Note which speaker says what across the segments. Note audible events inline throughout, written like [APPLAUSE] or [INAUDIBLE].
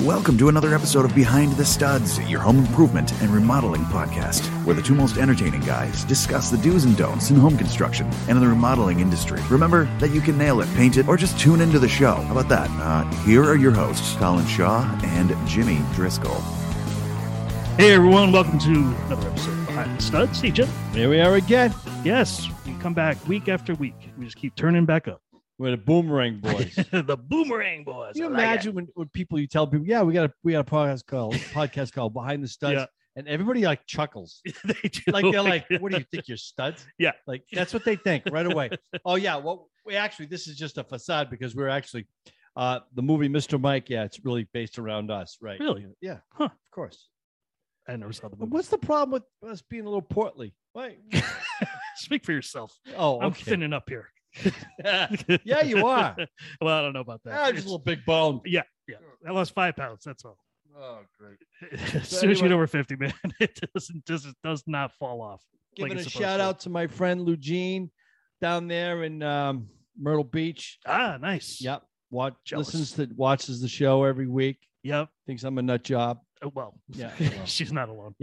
Speaker 1: Welcome to another episode of Behind the Studs, your home improvement and remodeling podcast, where the two most entertaining guys discuss the do's and don'ts in home construction and in the remodeling industry. Remember that you can nail it, paint it, or just tune into the show. How about that? Uh, here are your hosts, Colin Shaw and Jimmy Driscoll.
Speaker 2: Hey everyone, welcome to another episode of Behind the Studs. Hey Jim.
Speaker 3: Here we are again.
Speaker 2: Yes, we come back week after week. We just keep turning back
Speaker 3: [LAUGHS]
Speaker 2: up.
Speaker 3: We're
Speaker 2: [LAUGHS]
Speaker 3: the boomerang boys. Can
Speaker 2: the Boomerang Boys.
Speaker 3: you
Speaker 2: I like it.
Speaker 3: imagine when, when people you tell people, yeah, we got a we got a podcast called podcast called Behind the Studs,
Speaker 2: Yeah.
Speaker 3: and everybody
Speaker 2: [LAUGHS]
Speaker 3: like chuckles. [LAUGHS]
Speaker 2: they do.
Speaker 3: Like they're like, what [LAUGHS] do you think you're studs?
Speaker 2: Yeah.
Speaker 3: Like that's what they think right away. [LAUGHS] oh yeah. Well, we actually this is just a facade because we're actually uh the movie Mr. Mike, yeah, it's really based around us, right?
Speaker 2: Really?
Speaker 3: Yeah.
Speaker 2: Huh.
Speaker 3: Of course.
Speaker 2: I never saw the
Speaker 3: But
Speaker 2: movie.
Speaker 3: what's the problem with us being a little portly? [LAUGHS] Wait.
Speaker 2: Speak for yourself.
Speaker 3: Oh,
Speaker 2: I'm
Speaker 3: okay. [LAUGHS]
Speaker 2: thinning up [LAUGHS] here.
Speaker 3: Yeah, you are.
Speaker 2: [LAUGHS] well, I don't know about that.
Speaker 3: Ah, just a little big bone.
Speaker 2: yeah, I lost five pounds. That's all.
Speaker 3: Oh, great.
Speaker 2: [LAUGHS] as
Speaker 3: So
Speaker 2: soon as you get
Speaker 3: anyway-
Speaker 2: over 50, man, [LAUGHS] it doesn't, doesn't does not fall off. like
Speaker 3: giving
Speaker 2: it's
Speaker 3: a
Speaker 2: supposed
Speaker 3: shout
Speaker 2: to.
Speaker 3: out to my friend Eugene down there in um, Myrtle Beach.
Speaker 2: Ah, nice.
Speaker 3: Yep, watch
Speaker 2: Jealous.
Speaker 3: listens to watches the show every week.
Speaker 2: Yep.
Speaker 3: Thinks I'm a nut job.
Speaker 2: Oh, well,
Speaker 3: Yeah, well.
Speaker 2: [LAUGHS] she's not alone.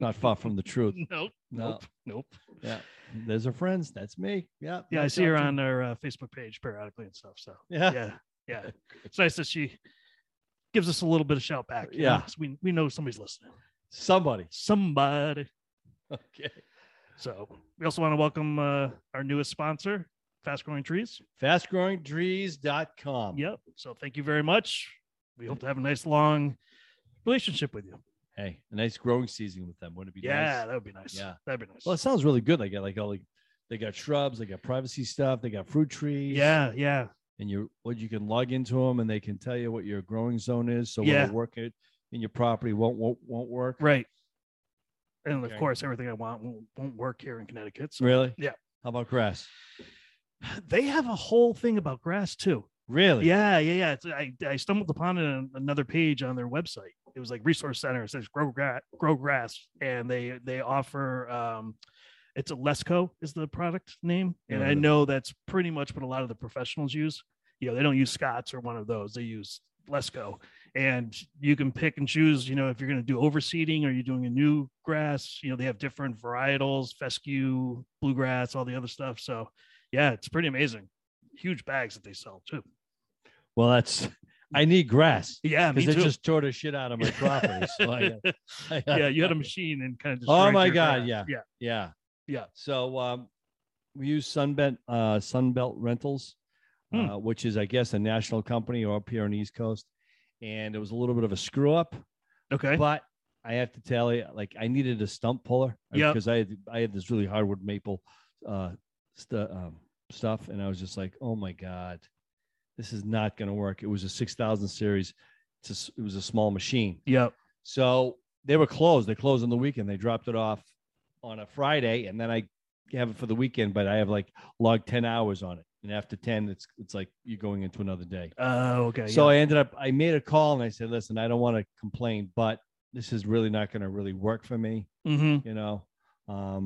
Speaker 3: Not far from the truth.
Speaker 2: Nope.
Speaker 3: No.
Speaker 2: Nope. Nope.
Speaker 3: There's her friends. That's me. Yeah.
Speaker 2: Yeah, I
Speaker 3: nut
Speaker 2: see her
Speaker 3: job.
Speaker 2: on our uh, Facebook page periodically and stuff.
Speaker 3: [LAUGHS]
Speaker 2: So
Speaker 3: Yeah.
Speaker 2: yeah, yeah. It's nice that she gives us a little bit of shout back. you know,
Speaker 3: Yeah.
Speaker 2: 'cause we we know somebody's listening.
Speaker 3: Somebody.
Speaker 2: Somebody.
Speaker 3: Okay.
Speaker 2: So we also want to welcome uh, our newest sponsor, Fast Growing Trees.
Speaker 3: Fastgrowingtrees.com.
Speaker 2: Yep. So thank you very much. We hope to have a nice long relationship with you.
Speaker 3: Hey, a nice growing season with them. Wouldn't it be
Speaker 2: yeah,
Speaker 3: nice?
Speaker 2: that would be nice.
Speaker 3: Yeah.
Speaker 2: that'd be nice.
Speaker 3: Well, it sounds really good. They got like all the, they got shrubs, they got privacy stuff, they got fruit trees.
Speaker 2: yeah, yeah,
Speaker 3: and you what you can log into them and they can tell you what your growing zone is so
Speaker 2: Yeah.
Speaker 3: when work it in your property won't won't, won't work
Speaker 2: right. And of
Speaker 3: Okay.
Speaker 2: course, everything I want won't, won't work here in Connecticut. So
Speaker 3: really
Speaker 2: Yeah.
Speaker 3: how about grass
Speaker 2: [LAUGHS] they have a whole thing about grass too.
Speaker 3: really
Speaker 2: Yeah, yeah, yeah. It's, I, I stumbled upon it on another page on their website. It was like resource center. It says grow grass, grow grass, and they they offer um, it's a Lesco is the product name, and
Speaker 3: Yeah,
Speaker 2: I
Speaker 3: the-
Speaker 2: know that's pretty much what a lot of the professionals use. You know, they don't use Scotts or one of those. They use Lesco, and you can pick and choose. You know, if you're going to do overseeding or you're doing a new grass, you know they have different varietals, fescue, bluegrass, all the other stuff. So, yeah, it's pretty amazing. Huge bags that they sell too.
Speaker 3: well that's i need grass
Speaker 2: Yeah, me
Speaker 3: because they
Speaker 2: too. [LAUGHS]
Speaker 3: just tore the shit out of my property so I, I-
Speaker 2: yeah, you had a machine and kind of.
Speaker 3: Oh
Speaker 2: destroyed
Speaker 3: my
Speaker 2: your
Speaker 3: God,
Speaker 2: garage.
Speaker 3: yeah.
Speaker 2: yeah,
Speaker 3: [LAUGHS] yeah
Speaker 2: Yeah.
Speaker 3: so um we use sunbelt uh sunbelt rentals
Speaker 2: Hmm.
Speaker 3: uh, which is i guess a national company or up here on the east coast and it was a little bit of a screw up
Speaker 2: Okay.
Speaker 3: But I have to tell you, like I needed a stump puller
Speaker 2: Yep.
Speaker 3: because I had I had this really hardwood maple uh, stu- um, stuff, and I was just like, oh my god, this is not going to work. It was a six thousand series. It's a s it was a small machine,
Speaker 2: Yep.
Speaker 3: so they were closed. They closed on the weekend. They dropped it off on a Friday, and then I have it for the weekend. But I have like logged ten hours on it, and after ten, it's it's like you're going into another day.
Speaker 2: Oh, okay.
Speaker 3: So
Speaker 2: yeah.
Speaker 3: I ended up, I made a call and I said, listen, I don't want to complain, but this is really not going to really work for me,
Speaker 2: Mhm.
Speaker 3: you know? Um,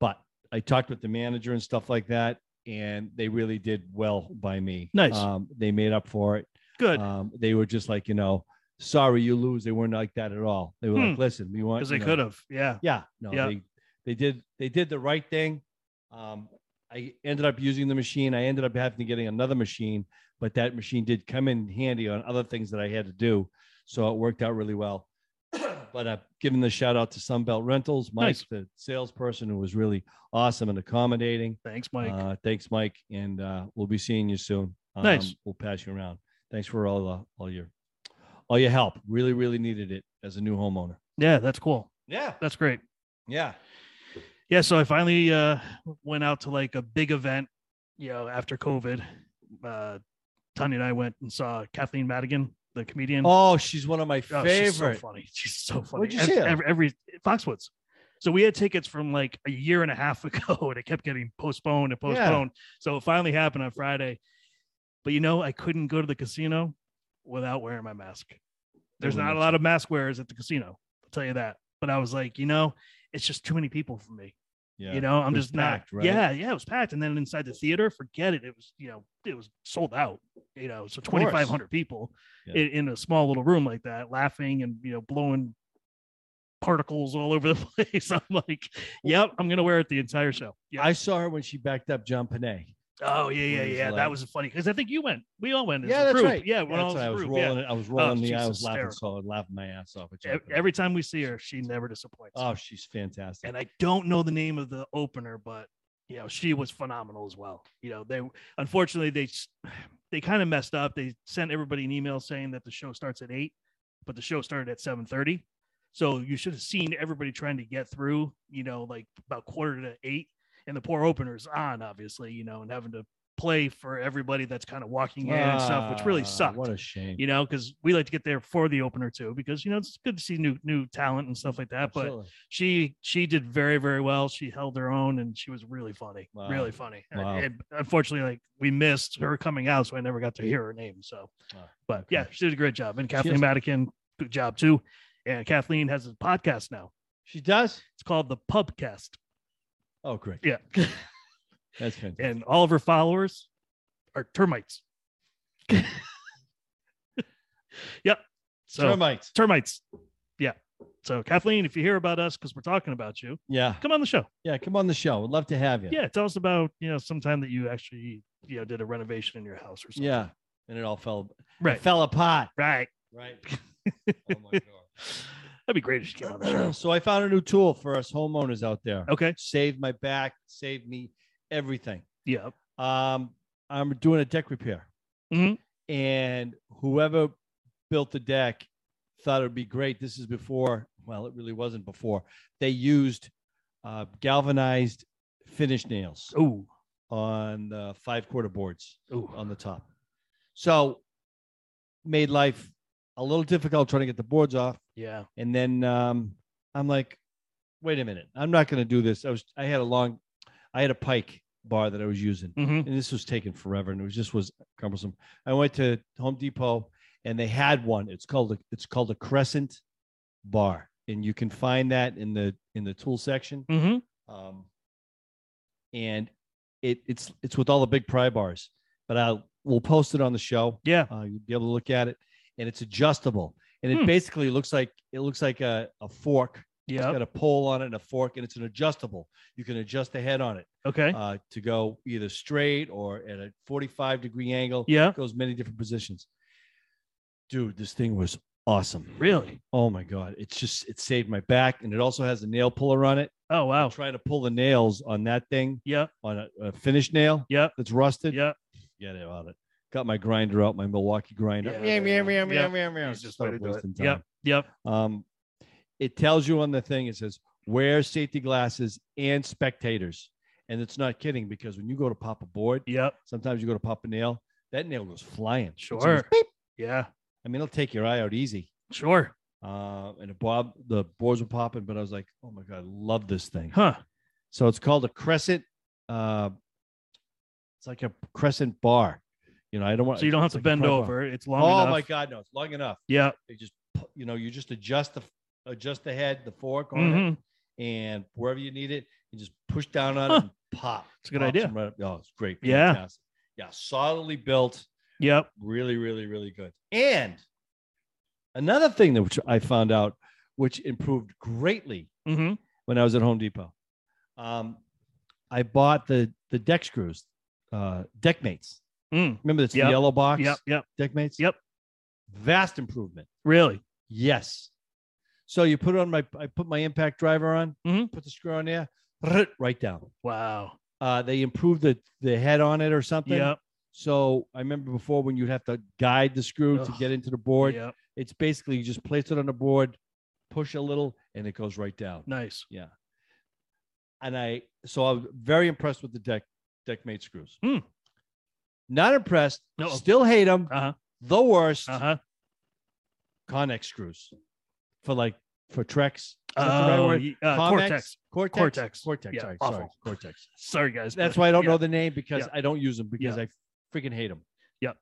Speaker 3: but I talked with the manager and stuff like that, and they really did well by me.
Speaker 2: Nice.
Speaker 3: Um, they made up for it.
Speaker 2: good
Speaker 3: Um, they were just like, you know, sorry you lose. They weren't like that at all. They were like, listen, we want,
Speaker 2: because
Speaker 3: you
Speaker 2: Hmm. they
Speaker 3: know,
Speaker 2: could have. Yeah.
Speaker 3: yeah, no,
Speaker 2: Yeah.
Speaker 3: they they did they did the right thing. Um, I ended up using the machine. I ended up having to getting another machine, but that machine did come in handy on other things that I had to do, so it worked out really well. [CLEARS THROAT] but I've given the shout out to Sunbelt Rentals, Mike,
Speaker 2: Nice.
Speaker 3: the salesperson who was really awesome and accommodating.
Speaker 2: Thanks, Mike.
Speaker 3: Uh, thanks, Mike, and uh, we'll be seeing you soon. Um,
Speaker 2: Nice.
Speaker 3: We'll pass you around. Thanks for all uh, all your all your help. Really, really needed it as a new homeowner.
Speaker 2: yeah, that's cool.
Speaker 3: Yeah,
Speaker 2: That's great.
Speaker 3: yeah.
Speaker 2: Yeah. So I finally uh, went out to like a big event. You know, after COVID, uh, Tanya and I went and saw Kathleen Madigan, the comedian.
Speaker 3: Oh, she's one of my
Speaker 2: Oh, She's so
Speaker 3: favorite.
Speaker 2: funny. [LAUGHS] She's so funny.
Speaker 3: Where'd you
Speaker 2: Ev-
Speaker 3: see her?
Speaker 2: Every, every Foxwoods. So we had tickets from like a year and a half [LAUGHS] ago, and it kept getting postponed and
Speaker 3: Yeah.
Speaker 2: postponed. So it finally happened on Friday. But you know, I couldn't go to the casino without wearing my mask. There's
Speaker 3: would
Speaker 2: not a
Speaker 3: make
Speaker 2: lot of mask wearers at the casino. I'll tell you that. But I was like, you know, it's just too many people for me.
Speaker 3: Yeah.
Speaker 2: You know, I'm
Speaker 3: It was
Speaker 2: just not.
Speaker 3: packed, right?
Speaker 2: Yeah, yeah, it was packed. And then inside the theater, forget it. It was, you know, it was sold out. You know, so
Speaker 3: course.
Speaker 2: 2,500 people
Speaker 3: Yeah.
Speaker 2: i- in, a small little room like that, laughing and you know, blowing particles all over the [LAUGHS] place. I'm like, yep, I'm gonna wear it the entire show. Yeah.
Speaker 3: I saw her when she backed up John Panay.
Speaker 2: oh yeah, yeah,
Speaker 3: Where he's
Speaker 2: yeah.
Speaker 3: like-
Speaker 2: That was funny because I think you went. We all went. as
Speaker 3: Yeah,
Speaker 2: a
Speaker 3: that's
Speaker 2: group.
Speaker 3: right.
Speaker 2: Yeah, when
Speaker 3: that's
Speaker 2: all as
Speaker 3: right. I
Speaker 2: a
Speaker 3: was
Speaker 2: group, yeah. Oh,
Speaker 3: rolling. it- I was rolling the.
Speaker 2: she's
Speaker 3: I was laughing
Speaker 2: hysterical.
Speaker 3: so hard, laughing my ass off. at John
Speaker 2: Ev-
Speaker 3: Panay.
Speaker 2: Every time we see her, she never disappoints.
Speaker 3: oh, she's fantastic.
Speaker 2: and I don't know the name of the opener, but you know she was phenomenal as well. You know they unfortunately they s- [SIGHS] they kind of messed up. They sent everybody an email saying that the show starts at eight, but the show started at seven thirty. So you should have seen everybody trying to get through. You know, like about quarter to eight, and the poor opener's on obviously. You know, and having to play for everybody that's kind of walking in and stuff, which really
Speaker 3: Ah,
Speaker 2: sucked
Speaker 3: What a shame.
Speaker 2: you know, because we like to get there for the opener too, because you know it's good to see new new talent and stuff like that. But
Speaker 3: Absolutely.
Speaker 2: she she did very very well. She held her own and she was really funny,
Speaker 3: Wow.
Speaker 2: really funny. And-
Speaker 3: Wow.
Speaker 2: And unfortunately, like we missed her coming out, so I never got to hear her name. So,
Speaker 3: Ah,
Speaker 2: but
Speaker 3: okay.
Speaker 2: yeah, she did a great job. And Kathleen
Speaker 3: has-
Speaker 2: Madigan, good job too. And Kathleen has a podcast now.
Speaker 3: she does.
Speaker 2: It's called the Pubcast.
Speaker 3: Oh, great. [LAUGHS]
Speaker 2: Yeah, [LAUGHS]
Speaker 3: That's fantastic.
Speaker 2: and all of her followers are
Speaker 3: [LAUGHS]
Speaker 2: termites. yep. So.
Speaker 3: Termites.
Speaker 2: termites. Yeah. So Kathleen, if you hear about us because we're talking about you,
Speaker 3: Yeah,
Speaker 2: come on the show.
Speaker 3: yeah. Come on the show. Would love to have you.
Speaker 2: Yeah. tell us about you know sometime that you actually you know did a renovation in your house or something.
Speaker 3: yeah. And it all fell
Speaker 2: Right.
Speaker 3: fell apart.
Speaker 2: Right.
Speaker 3: [LAUGHS] Right. oh my god.
Speaker 2: That'd be great if she came on the show.
Speaker 3: [CLEARS THROAT] so I found a new tool for us homeowners out there.
Speaker 2: Okay.
Speaker 3: Saved my back. Saved me everything.
Speaker 2: Yeah.
Speaker 3: um, I'm doing a deck repair.
Speaker 2: Mhm.
Speaker 3: And whoever built the deck thought it would be great. This is before, well, it really wasn't before. They used uh, galvanized finish nails
Speaker 2: Oh.
Speaker 3: on the five quarter boards
Speaker 2: Oh.
Speaker 3: on the top. So made life a little difficult trying to get the boards off.
Speaker 2: Yeah.
Speaker 3: And then um, I'm like, wait a minute, I'm not going to do this. I was, I had a long, I had a pike bar that I was using
Speaker 2: hmm
Speaker 3: and this was taking forever and it was just was cumbersome i went to home depot and they had one it's called a, it's called a crescent bar and you can find that in the in the tool section
Speaker 2: hmm
Speaker 3: um, and it it's it's with all the big pry bars but i will post it on the show
Speaker 2: Yeah.
Speaker 3: uh, you'll be able to look at it and it's adjustable and it
Speaker 2: Hmm.
Speaker 3: basically looks like it looks like a, a fork it's
Speaker 2: Yeah.
Speaker 3: got a pole on it and a fork and it's an adjustable you can adjust the head on it
Speaker 2: Okay.
Speaker 3: uh, to go either straight or at a 45 degree angle.
Speaker 2: yeah.
Speaker 3: It goes many different positions. Dude, this thing was awesome.
Speaker 2: Really?
Speaker 3: Oh my God. It's just, it saved my back. And it also has a nail puller on it.
Speaker 2: Oh wow.
Speaker 3: Trying to pull the nails on that thing,
Speaker 2: Yeah.
Speaker 3: on a, a finished nail
Speaker 2: Yeah.
Speaker 3: that's rusted.
Speaker 2: Yeah.
Speaker 3: Get it out it. Got my grinder out, my Milwaukee grinder.
Speaker 2: Yeah,
Speaker 3: Meow,
Speaker 2: there you
Speaker 3: meow,
Speaker 2: go.
Speaker 3: meow, meow,
Speaker 2: Yeah.
Speaker 3: meow, meow.
Speaker 2: It's just
Speaker 3: Stop
Speaker 2: way to do it.
Speaker 3: wasting time.
Speaker 2: Yep. Yep.
Speaker 3: Um, it tells you on the thing, it says wear safety glasses and spectators. And it's not kidding because when you go to pop a board,
Speaker 2: Yep.
Speaker 3: sometimes you go to pop a nail, that nail goes flying. It's almost-
Speaker 2: Sure. Yeah.
Speaker 3: I mean, it'll take your eye out easy.
Speaker 2: Sure.
Speaker 3: Uh, and the bob, the boards were popping, but I was like, oh my God, I love this thing.
Speaker 2: Huh.
Speaker 3: So it's called a crescent. Uh, it's like a crescent bar. You know, I don't want
Speaker 2: So you don't have
Speaker 3: it's
Speaker 2: to
Speaker 3: like a
Speaker 2: bend
Speaker 3: crossbar.
Speaker 2: over. It's long
Speaker 3: Oh
Speaker 2: enough.
Speaker 3: my God, no, it's long enough.
Speaker 2: Yeah.
Speaker 3: It just, pu- you know, you just adjust the adjust the head, the fork on it,
Speaker 2: hmm
Speaker 3: and wherever you need it, you just push down on
Speaker 2: Huh.
Speaker 3: it and pop.
Speaker 2: It's a good
Speaker 3: Pops
Speaker 2: idea.
Speaker 3: them Right up. Oh, it's great.
Speaker 2: Yeah.
Speaker 3: Fantastic. Yeah. Solidly built.
Speaker 2: Yep.
Speaker 3: Really, really, really good. And another thing that which I found out, which improved greatly
Speaker 2: hmm
Speaker 3: when I was at Home Depot, um, I bought the the deck screws, uh, deckmates.
Speaker 2: Mm.
Speaker 3: Remember this
Speaker 2: Yep.
Speaker 3: yellow box?
Speaker 2: Yep. Yep.
Speaker 3: Deckmates.
Speaker 2: Yep.
Speaker 3: Vast improvement.
Speaker 2: Really.
Speaker 3: Yes. So you put it on my, I put my impact driver on,
Speaker 2: Mhm.
Speaker 3: put the screw on there, right down.
Speaker 2: Wow.
Speaker 3: Uh, they improved the the head on it or something.
Speaker 2: Yep.
Speaker 3: So I remember before when you'd have to guide the screw to
Speaker 2: Ugh.
Speaker 3: get into the board.
Speaker 2: Yep.
Speaker 3: It's basically you just place it on the board, push a little, and it goes right down.
Speaker 2: Nice.
Speaker 3: And I so I was very impressed with the deck deckmate screws.
Speaker 2: Hmm.
Speaker 3: Not impressed.
Speaker 2: No.
Speaker 3: Still hate them.
Speaker 2: Uh huh.
Speaker 3: The worst
Speaker 2: Uh huh.
Speaker 3: Connex screws for like for Trex. Is that the right
Speaker 2: Oh,
Speaker 3: word?
Speaker 2: y- uh,
Speaker 3: Comex?
Speaker 2: Cortex.
Speaker 3: Cortex.
Speaker 2: Cortex.
Speaker 3: Cortex.
Speaker 2: Yeah,
Speaker 3: sorry,
Speaker 2: awful.
Speaker 3: sorry. Cortex.
Speaker 2: Sorry, guys.
Speaker 3: That's
Speaker 2: but-
Speaker 3: why I don't
Speaker 2: yeah.
Speaker 3: know the name because
Speaker 2: Yeah.
Speaker 3: I don't use them because I freaking hate them.
Speaker 2: Yeah.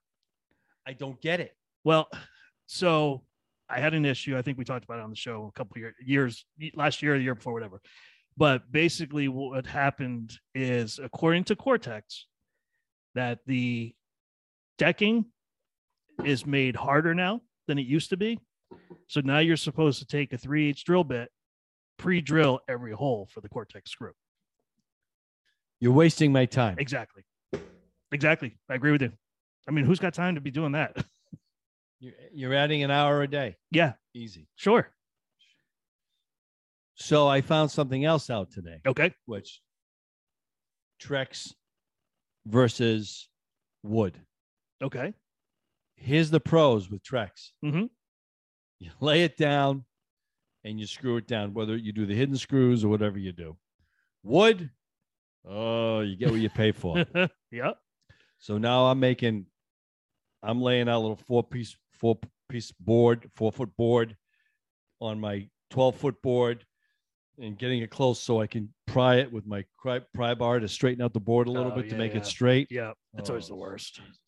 Speaker 3: I don't get it.
Speaker 2: Well, so I had an issue. I think we talked about it on the show a couple year, years, last year, the year before, whatever. But basically, what happened is, according to Cortex, that the decking is made harder now than it used to be. So now you're supposed to take a 3 8 drill bit, pre drill every hole for the Cortex screw.
Speaker 3: You're wasting my time.
Speaker 2: Exactly. Exactly. I agree with you. I mean, who's got time to be doing that? [LAUGHS]
Speaker 3: You're, you're adding an hour a day.
Speaker 2: yeah,
Speaker 3: Easy.
Speaker 2: sure.
Speaker 3: So I found something else out today,
Speaker 2: Okay.
Speaker 3: which Trex versus wood.
Speaker 2: Okay.
Speaker 3: Here's the pros with Trex.
Speaker 2: Mhm.
Speaker 3: You lay it down and you screw it down, whether you do the hidden screws or whatever you do. Wood, oh, you get what you
Speaker 2: [LAUGHS]
Speaker 3: pay for.
Speaker 2: yep.
Speaker 3: So now I'm making, I'm laying out a little four piece, four piece board, four foot board on my 12 foot board and getting it close so I can pry it with my cry, pry bar to straighten out the board a little
Speaker 2: Oh,
Speaker 3: bit to
Speaker 2: yeah,
Speaker 3: make
Speaker 2: yeah.
Speaker 3: it straight.
Speaker 2: Yep. That's always
Speaker 3: Oh,
Speaker 2: the worst.
Speaker 3: Jesus.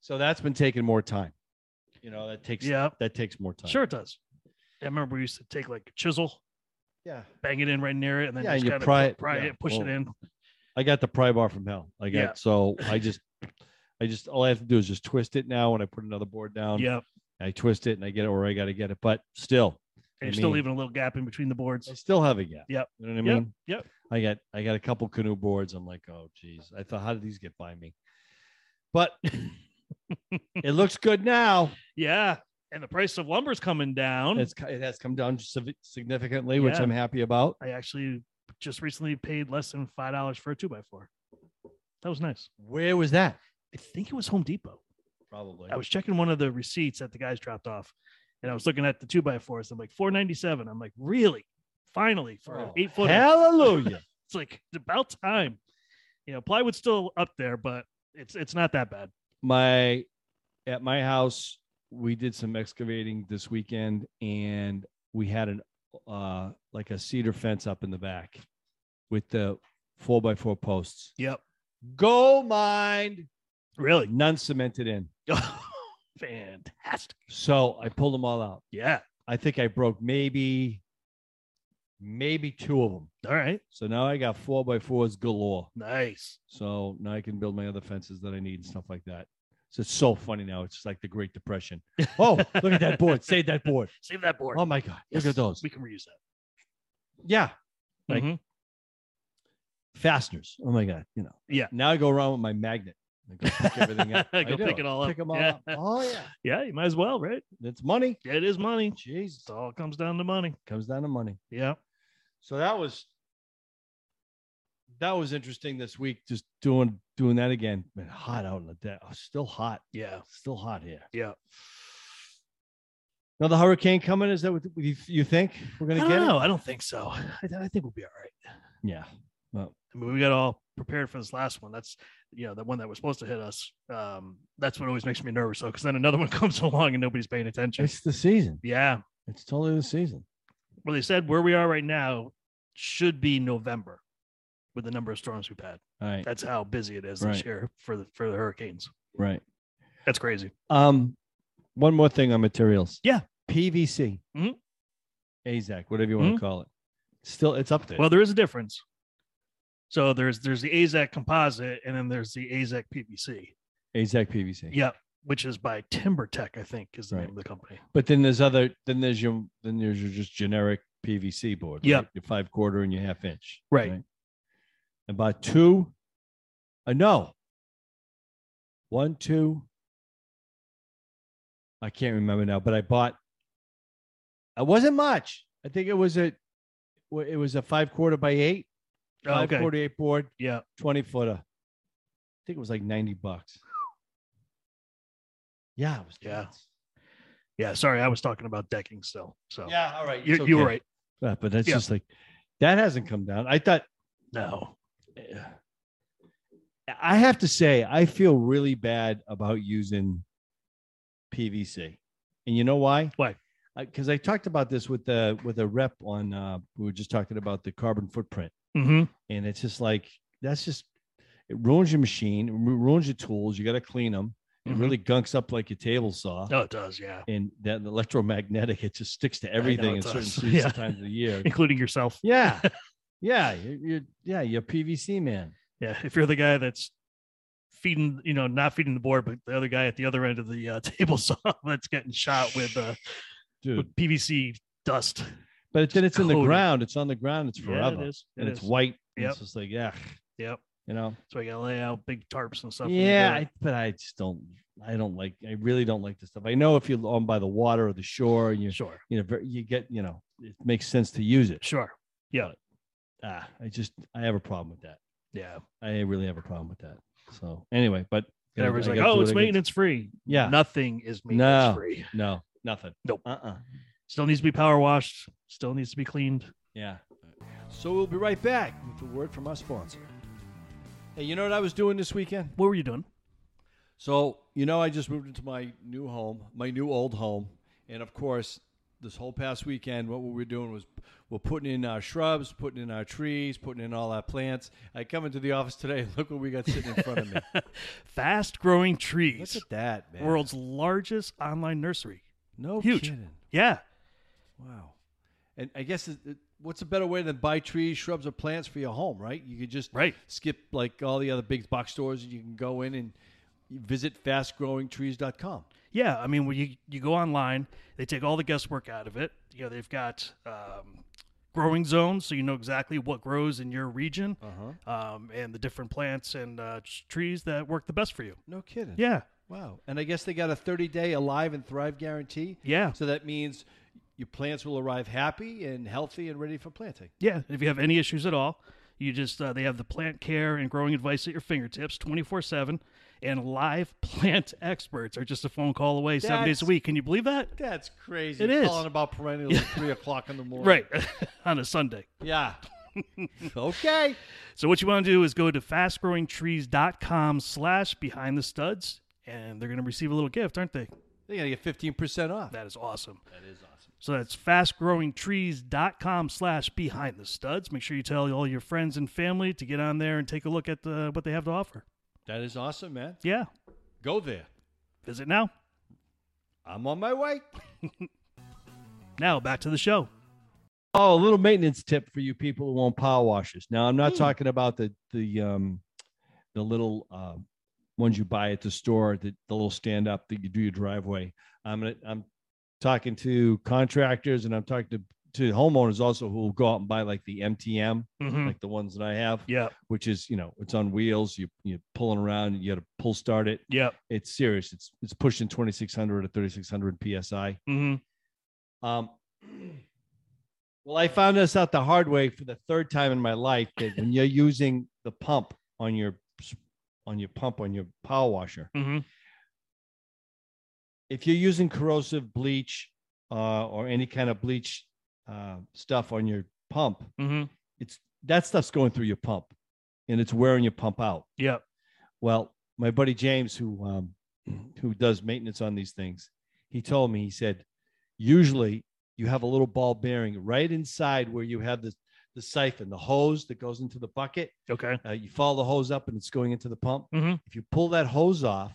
Speaker 3: So that's been taking more time. You know, that takes,
Speaker 2: Yep.
Speaker 3: that takes more time.
Speaker 2: Sure, it does. I remember we used to take like a chisel,
Speaker 3: Yeah.
Speaker 2: bang it in right near it, and then
Speaker 3: Yeah,
Speaker 2: just
Speaker 3: and you
Speaker 2: kind of
Speaker 3: pry it.
Speaker 2: pry
Speaker 3: Yeah.
Speaker 2: it, push it
Speaker 3: Well,
Speaker 2: in.
Speaker 3: I got the pry bar from hell. I got,
Speaker 2: Yeah.
Speaker 3: so I just, I just, all I have to do is just twist it now when I put another board down.
Speaker 2: Yep.
Speaker 3: I twist it and I get it where I got to get it. But still,
Speaker 2: And
Speaker 3: I
Speaker 2: you're still
Speaker 3: mean-
Speaker 2: leaving a little gap in between the boards.
Speaker 3: I still have a gap.
Speaker 2: Yep.
Speaker 3: You know what I
Speaker 2: Yep,
Speaker 3: mean?
Speaker 2: yep.
Speaker 3: I got I got a couple canoe boards. I'm like, oh geez. I thought, how did these get by me?
Speaker 2: [LAUGHS]
Speaker 3: But it looks good now.
Speaker 2: Yeah. And the price of lumber's coming down.
Speaker 3: It's ki- it has come down sig- significantly, which
Speaker 2: Um, Yeah.
Speaker 3: I'm happy about.
Speaker 2: I actually just recently paid less than five dollars for a two by four. That was nice.
Speaker 3: Where was that?
Speaker 2: I think it was Home Depot.
Speaker 3: Probably.
Speaker 2: I was checking one of the receipts that the guys dropped off, and I was looking at the two by fours. I'm like four ninety seven. I'm like, really? Finally, for an
Speaker 3: Oh,
Speaker 2: eight foot. [LAUGHS]
Speaker 3: Hallelujah.
Speaker 2: It's like it's about time. You know, plywood's still up there, but it's it's not that bad.
Speaker 3: my at my house, we did some excavating this weekend and we had an uh like a cedar fence up in the back with the four by four posts.
Speaker 2: Yep.
Speaker 3: Gold mine,
Speaker 2: Really? [LAUGHS]
Speaker 3: none cemented in.
Speaker 2: Fantastic.
Speaker 3: So I pulled them all out.
Speaker 2: Yeah.
Speaker 3: I think I broke maybe, maybe two of them.
Speaker 2: All right.
Speaker 3: So now I got four by fours galore.
Speaker 2: Nice.
Speaker 3: So now I can build my other fences that I need and stuff like that. So it's so funny now. It's just like the
Speaker 2: [LAUGHS]
Speaker 3: Great Depression. Oh, look at that board. Save that board.
Speaker 2: Save that board.
Speaker 3: Oh my God.
Speaker 2: Yes,
Speaker 3: Look at those. Mm-hmm.
Speaker 2: We can reuse that.
Speaker 3: Yeah. Like-
Speaker 2: Mhm.
Speaker 3: Fasteners. Oh my God. You know.
Speaker 2: Yeah.
Speaker 3: Now I go around with my magnet. I go
Speaker 2: [LAUGHS]
Speaker 3: pick everything up.
Speaker 2: Go
Speaker 3: I do.
Speaker 2: pick it all up.
Speaker 3: Pick 'em all
Speaker 2: Yeah.
Speaker 3: up. Oh yeah.
Speaker 2: Yeah, you might as well, right?
Speaker 3: It's money.
Speaker 2: Yeah, it is money.
Speaker 3: Jesus.
Speaker 2: It all comes down to money.
Speaker 3: Comes down to money.
Speaker 2: Yeah.
Speaker 3: so that was that was interesting this week just doing doing that again man hot out in the day oh, still hot
Speaker 2: Yeah.
Speaker 3: still hot here
Speaker 2: Yeah.
Speaker 3: now the hurricane coming is that what you, you think we're
Speaker 2: I
Speaker 3: gonna
Speaker 2: don't
Speaker 3: get
Speaker 2: know. I don't think so. I, th- I think we'll be all right.
Speaker 3: it yeah well
Speaker 2: I mean, we got all prepared for this last one. That's you know the one that was supposed to hit us. Um, that's what always makes me nervous though, because then another [LAUGHS] one comes along and nobody's paying attention.
Speaker 3: it's the season
Speaker 2: Yeah.
Speaker 3: it's totally the season
Speaker 2: Well, they said where we are right now should be November with the number of storms we've had.
Speaker 3: all right
Speaker 2: That's how busy it is this
Speaker 3: Right.
Speaker 2: year for the for the hurricanes.
Speaker 3: right
Speaker 2: That's crazy.
Speaker 3: um one more thing on materials
Speaker 2: Yeah.
Speaker 3: pvc
Speaker 2: Mhm.
Speaker 3: azac whatever you want
Speaker 2: Mhm.
Speaker 3: to call it still it's up there
Speaker 2: Well, there is a difference. So there's there's the AZAC composite and then there's the E AZAC PVC.
Speaker 3: azac pvc
Speaker 2: Yep, which is by TimberTech, I think, is the
Speaker 3: Right.
Speaker 2: name of the company.
Speaker 3: But then there's other then there's your then there's your just generic PVC board.
Speaker 2: Yep.
Speaker 3: Your five quarter and your half inch.
Speaker 2: Right.
Speaker 3: About two. Uh, no. One, two. I can't remember now, but I bought. It wasn't much. I think it was a, wa- it was a five quarter by eight,
Speaker 2: Oh,
Speaker 3: five
Speaker 2: okay.
Speaker 3: quarter eight board,
Speaker 2: Yeah.
Speaker 3: twenty footer. I think it was like ninety
Speaker 2: [LAUGHS]
Speaker 3: bucks. Yeah, it was.
Speaker 2: Yeah.
Speaker 3: nuts.
Speaker 2: Yeah. Sorry, I was talking about decking still. So
Speaker 3: Yeah. All right.
Speaker 2: you,
Speaker 3: it's
Speaker 2: you were
Speaker 3: okay.
Speaker 2: right.
Speaker 3: Uh, but that's
Speaker 2: Yeah.
Speaker 3: just like that hasn't come down. I thought
Speaker 2: No.
Speaker 3: I have to say I feel really bad about using PVC, and you know why?
Speaker 2: Why?
Speaker 3: Because I, talked about this with the with a rep on. Uh, we were just talking about the carbon footprint,
Speaker 2: Mm-hmm.
Speaker 3: and it's just like that's just it ruins your machine, it ru- ruins your tools. You got to clean them. It
Speaker 2: Mhm.
Speaker 3: really gunks up like your table saw.
Speaker 2: No, it does. Yeah.
Speaker 3: And that electromagnetic, it just sticks to
Speaker 2: know
Speaker 3: everything
Speaker 2: it
Speaker 3: at certain
Speaker 2: does. [LAUGHS]
Speaker 3: seasons
Speaker 2: Yeah. [LAUGHS]
Speaker 3: times of the year.
Speaker 2: Including yourself.
Speaker 3: Yeah. Yeah, you're, you're yeah, you're PVC man.
Speaker 2: Yeah, if you're the guy that's feeding, you know, not feeding the board, but the other guy at the other end of the uh, [LAUGHS] table saw that's getting shot with, uh,
Speaker 3: Dude,
Speaker 2: with PVC dust.
Speaker 3: but then it's in the
Speaker 2: coated.
Speaker 3: ground. It's on the ground. It's
Speaker 2: Yeah,
Speaker 3: forever,
Speaker 2: it is. It
Speaker 3: and it's
Speaker 2: is.
Speaker 3: white. and
Speaker 2: Yep.
Speaker 3: It's just like yeah,
Speaker 2: Yep.
Speaker 3: you know.
Speaker 2: So I got to lay out big tarps and stuff. when you do
Speaker 3: Yeah,
Speaker 2: it.
Speaker 3: I, but I just don't. I don't like. I really don't like this stuff. I know if you're on by the water or the shore, and you
Speaker 2: sure,
Speaker 3: you know ver- you get you know it makes sense to use it.
Speaker 2: sure. Yeah,
Speaker 3: Ah, I just I have a problem with that.
Speaker 2: yeah.
Speaker 3: I really have a problem with that. So anyway, but
Speaker 2: And everyone's
Speaker 3: I
Speaker 2: like,
Speaker 3: gotta do
Speaker 2: "Oh,
Speaker 3: what
Speaker 2: it's
Speaker 3: I gotta-
Speaker 2: maintenance free."
Speaker 3: Yeah,
Speaker 2: Nothing is
Speaker 3: No.
Speaker 2: maintenance free.
Speaker 3: no, nothing.
Speaker 2: Nope.
Speaker 3: Uh. uh
Speaker 2: Still needs to be power washed. Still needs to be cleaned.
Speaker 3: Yeah. So we'll be right back with a word from our sponsor. Hey, you know what I was doing this weekend?
Speaker 2: What were you doing?
Speaker 3: So, you know, I just moved into my new home, my new old home. And of course, this whole past weekend, what we were doing was we're putting in our shrubs, putting in our trees, putting in all our plants. I come into the office today, [LAUGHS] and look what we got sitting in front of me.
Speaker 2: [LAUGHS] Fast growing
Speaker 3: look
Speaker 2: trees.
Speaker 3: at that, man.
Speaker 2: World's largest online nursery.
Speaker 3: no
Speaker 2: huge.
Speaker 3: kidding.
Speaker 2: Yeah.
Speaker 3: Wow. And I guess it, it- what's a better way than buy trees, shrubs, or plants for your home, right? You could just
Speaker 2: Right.
Speaker 3: skip like all the other big box stores and you can go in and visit fastgrowingtrees.com.
Speaker 2: Yeah, I mean, when you you go online, they take all the guesswork out of it. You know, they've got um, growing zones, so you know exactly what grows in your region,
Speaker 3: Uh-huh.
Speaker 2: um, and the different plants and uh, tr- trees that work the best for you.
Speaker 3: No kidding.
Speaker 2: Yeah,
Speaker 3: Wow. And I guess they got a 30 day alive and thrive guarantee.
Speaker 2: yeah,
Speaker 3: So that means your plants will arrive happy and healthy and ready for planting.
Speaker 2: yeah. If you have any issues at all, you just uh, they have the plant care and growing advice at your fingertips, twenty four seven, and live [LAUGHS] plant experts are just a phone call away, seven days a
Speaker 3: That's-
Speaker 2: week. Can you believe that?
Speaker 3: That's crazy.
Speaker 2: It is.
Speaker 3: Calling about perennials at
Speaker 2: [LAUGHS]
Speaker 3: 3 o'clock in the morning.
Speaker 2: Right on a Sunday. [LAUGHS]
Speaker 3: Yeah. okay.
Speaker 2: So what you want to do is go to fastgrowingtrees.com slash behind the studs and they're going to receive a little gift, aren't they?
Speaker 3: They're going to get 15% off.
Speaker 2: That is awesome.
Speaker 3: that is awesome.
Speaker 2: So that's fastgrowingtrees.com slash behind the studs. Make sure you tell all your friends and family to get on there and take a look at the, what they have to offer.
Speaker 3: That is awesome, man.
Speaker 2: Yeah.
Speaker 3: Go there.
Speaker 2: Visit now.
Speaker 3: I'm on my way.
Speaker 2: Now back to the show.
Speaker 3: Oh, a little maintenance tip for you people who want power washers. Now, I'm not talking about the the um the little um ones you buy at the store, the, the little stand up that you do your driveway. I'm gonna, I'm talking to contractors and I'm talking to to homeowners also who will go out and buy like the MTM,
Speaker 2: Mm-hmm.
Speaker 3: like the ones that I have,
Speaker 2: Yep.
Speaker 3: which is you know it's on wheels. You you're pulling around. You got to pull start it.
Speaker 2: Yep.
Speaker 3: It's serious. It's it's pushing 2600 to 3600 psi.
Speaker 2: Mm-hmm.
Speaker 3: Um, well, I found this out the hard way for the third time in my life that when you're using the pump on your on your pump on your power washer,
Speaker 2: Mm-hmm.
Speaker 3: if you're using corrosive bleach uh, or any kind of bleach uh, stuff on your pump,
Speaker 2: Mm-hmm.
Speaker 3: it's that stuff's going through your pump, and it's wearing your pump out.
Speaker 2: Yep.
Speaker 3: Well, my buddy James, who um, [CLEARS THROAT] who does maintenance on these things, he told me he said, usually you have a little ball bearing right inside where you have the the siphon, the hose that goes into the bucket.
Speaker 2: Okay.
Speaker 3: Uh, you follow the hose up, and it's going into the pump.
Speaker 2: Mhm.
Speaker 3: If you pull that hose off,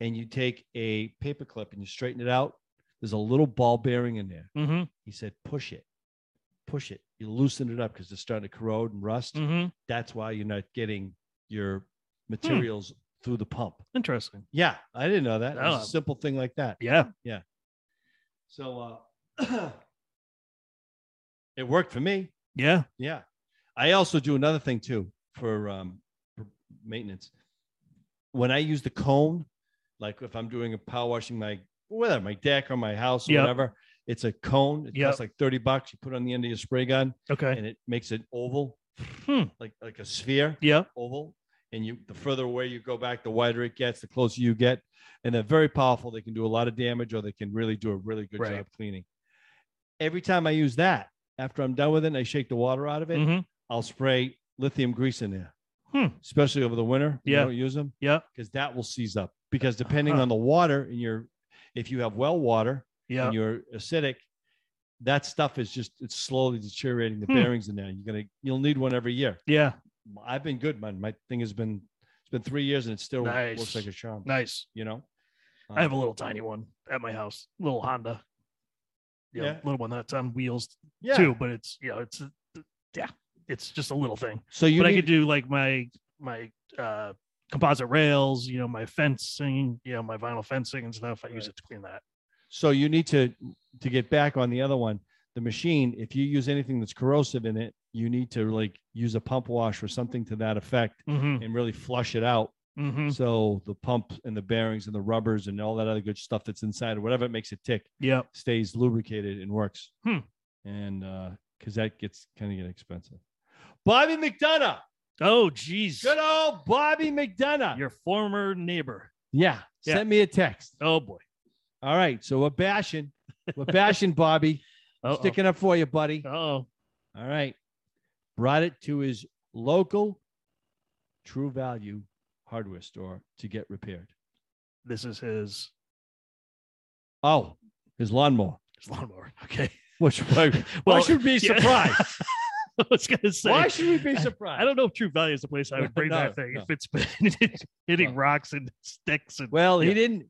Speaker 3: and you take a paper clip and you straighten it out, there's a little ball bearing in there.
Speaker 2: Mm-hmm.
Speaker 3: He said, push it, push it. You loosen it up because it's starting to corrode and rust.
Speaker 2: Mm-hmm.
Speaker 3: That's why you're not getting
Speaker 2: Hmm.
Speaker 3: your materials through the pump.
Speaker 2: Interesting.
Speaker 3: Yeah, I didn't know that. It was
Speaker 2: Oh.
Speaker 3: a simple thing like that.
Speaker 2: Yeah.
Speaker 3: So uh [CLEARS THROAT] it worked for me.
Speaker 2: Yeah.
Speaker 3: Yeah. I also do another thing too for um for maintenance. When I use the cone, like if I'm doing a power washing my whether my deck or my house or
Speaker 2: Yep.
Speaker 3: whatever, it's a cone. It
Speaker 2: Yep.
Speaker 3: costs like 30 bucks. You put it on the end of your spray gun
Speaker 2: Okay.
Speaker 3: and it makes an oval,
Speaker 2: Hmm.
Speaker 3: like like a sphere
Speaker 2: Yeah.
Speaker 3: oval. And you, the further away you go back, the wider it gets, the closer you get. And they're very powerful. They can do a lot of damage, or they can really do a really good
Speaker 2: Right.
Speaker 3: job cleaning. Every time I use that, after I'm done with it, and I shake the water out of it.
Speaker 2: Mm-hmm.
Speaker 3: I'll spray lithium grease in there,
Speaker 2: Hmm.
Speaker 3: especially over the winter.
Speaker 2: Yeah.
Speaker 3: you don't use them
Speaker 2: Yeah. Uh-huh.
Speaker 3: because that will seize up. Because depending
Speaker 2: Huh.
Speaker 3: on the water in your, if you have well water
Speaker 2: Yeah.
Speaker 3: and you're acidic, that stuff is just it's slowly deteriorating the
Speaker 2: Hmm.
Speaker 3: bearings in there. You're gonna you'll need one every year.
Speaker 2: Yeah.
Speaker 3: I've been good, man. My thing has been it's been three years and it still
Speaker 2: Nice.
Speaker 3: looks like a charm.
Speaker 2: Nice.
Speaker 3: You know, Uh,
Speaker 2: I have a little tiny one at my house, little Honda. Yeah,
Speaker 3: Yeah.
Speaker 2: little one that's on wheels
Speaker 3: yeah,
Speaker 2: too, but it's you know it's it's just a little thing.
Speaker 3: So you
Speaker 2: but I
Speaker 3: need-
Speaker 2: could do like my my uh composite rails, you know, my fencing, you know, my vinyl fencing and stuff. I use
Speaker 3: Right.
Speaker 2: it to clean that.
Speaker 3: so you need to to get back on the other one. The machine, if you use anything that's corrosive in it, you need to like use a pump wash or something to that effect
Speaker 2: Mm-hmm.
Speaker 3: and really flush it out.
Speaker 2: Mm-hmm.
Speaker 3: So the pump and the bearings and the rubbers and all that other good stuff that's inside or whatever it makes it tick
Speaker 2: Yep.
Speaker 3: stays lubricated and works.
Speaker 2: Hmm.
Speaker 3: And uh because that gets kind of get expensive. Bobby McDonough,
Speaker 2: Oh, geez.
Speaker 3: good old Bobby McDonough.
Speaker 2: Your former neighbor.
Speaker 3: yeah,
Speaker 2: Yeah.
Speaker 3: sent me a text.
Speaker 2: Oh boy.
Speaker 3: All right, so we're bashing,
Speaker 2: [LAUGHS]
Speaker 3: we're bashing Bobby,
Speaker 2: Oh,
Speaker 3: sticking up for you, buddy.
Speaker 2: oh.
Speaker 3: All right, brought it to his local True Value hardware store to get repaired.
Speaker 2: This is his,
Speaker 3: Oh, his lawnmower.
Speaker 2: his lawnmower. [LAUGHS] Okay.
Speaker 3: Which [LAUGHS] why, why
Speaker 2: Well,
Speaker 3: should we be
Speaker 2: Oh, yeah. [LAUGHS]
Speaker 3: surprised?
Speaker 2: I was gonna say.
Speaker 3: Why should we be
Speaker 2: [LAUGHS]
Speaker 3: surprised?
Speaker 2: I don't know if True Value is the place I would bring
Speaker 3: [LAUGHS] No,
Speaker 2: that thing
Speaker 3: no.
Speaker 2: if it's [LAUGHS] been hitting
Speaker 3: No.
Speaker 2: rocks and sticks and
Speaker 3: Well, he
Speaker 2: Yeah.
Speaker 3: didn't.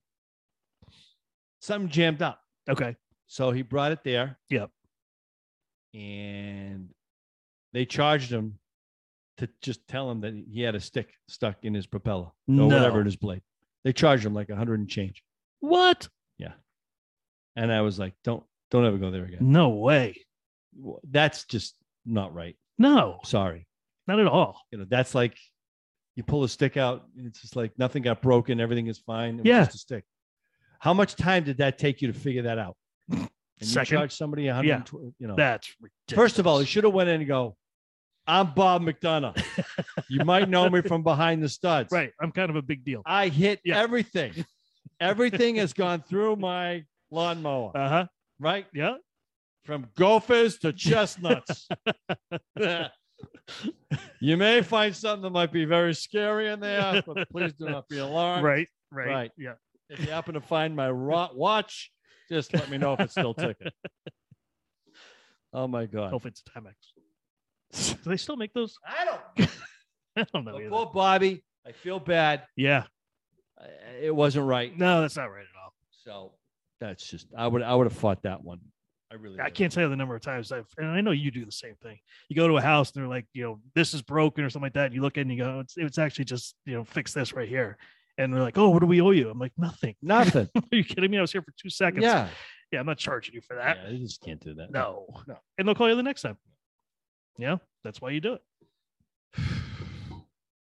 Speaker 3: Something jammed up,
Speaker 2: okay.
Speaker 3: so he brought it there.
Speaker 2: Yep.
Speaker 3: And they charged him to just tell him that he had a stick stuck in his propeller or whatever
Speaker 2: No.
Speaker 3: in his blade. They charged him like a hundred and change,
Speaker 2: What?
Speaker 3: and I was like, "Don't, don't ever go there again.
Speaker 2: No way.
Speaker 3: Wh- That's just not right.
Speaker 2: No,
Speaker 3: Sorry.
Speaker 2: not at all.
Speaker 3: You know, that's like." You pull a stick out, and it's just like nothing got broken. Everything is fine. It was
Speaker 2: Yeah.
Speaker 3: just a stick. How much time did that take you to figure that out? And
Speaker 2: Second.
Speaker 3: you charge somebody 120, you know.
Speaker 2: That's ridiculous.
Speaker 3: First of all, he should have went in and go, I'm Bob
Speaker 2: [LAUGHS]
Speaker 3: McDonough. you might know me from behind the studs.
Speaker 2: right. I'm kind of a big deal.
Speaker 3: I hit
Speaker 2: Yeah. [LAUGHS]
Speaker 3: everything. everything has gone through my lawnmower,
Speaker 2: Uh huh.
Speaker 3: right?
Speaker 2: Yeah.
Speaker 3: From gophers to chestnuts.
Speaker 2: [LAUGHS]
Speaker 3: you may find something that might be very scary in there, but please do not be alarmed.
Speaker 2: Right. Right.
Speaker 3: Right.
Speaker 2: Yeah.
Speaker 3: If you happen to find my rot watch, just let me know if it's
Speaker 2: [LAUGHS]
Speaker 3: still ticking. Oh my God.
Speaker 2: Hopefully it's Timex. Do they still make those? [LAUGHS]
Speaker 3: I don't
Speaker 2: I don't know.
Speaker 3: But
Speaker 2: either.
Speaker 3: poor Bobby, I feel bad.
Speaker 2: Yeah.
Speaker 3: Uh, It wasn't right.
Speaker 2: No, that's not right at all.
Speaker 3: So that's just I would I would have fought that one. I really
Speaker 2: I
Speaker 3: would've.
Speaker 2: can't tell you the number of times I've, and I know you do the same thing. You go to a house and they're like, you know, this is broken or something like that. And you look in and you go, it's, it's actually just, you know, fix this right here. And they're like, oh, what do we owe you? I'm like, nothing. [LAUGHS]
Speaker 3: nothing.
Speaker 2: Are you kidding me? I was here for two seconds.
Speaker 3: yeah.
Speaker 2: Yeah, I'm not charging you for that.
Speaker 3: yeah, you just can't do that.
Speaker 2: No.
Speaker 3: No.
Speaker 2: And they'll call you the next time. Yeah, that's why you do it.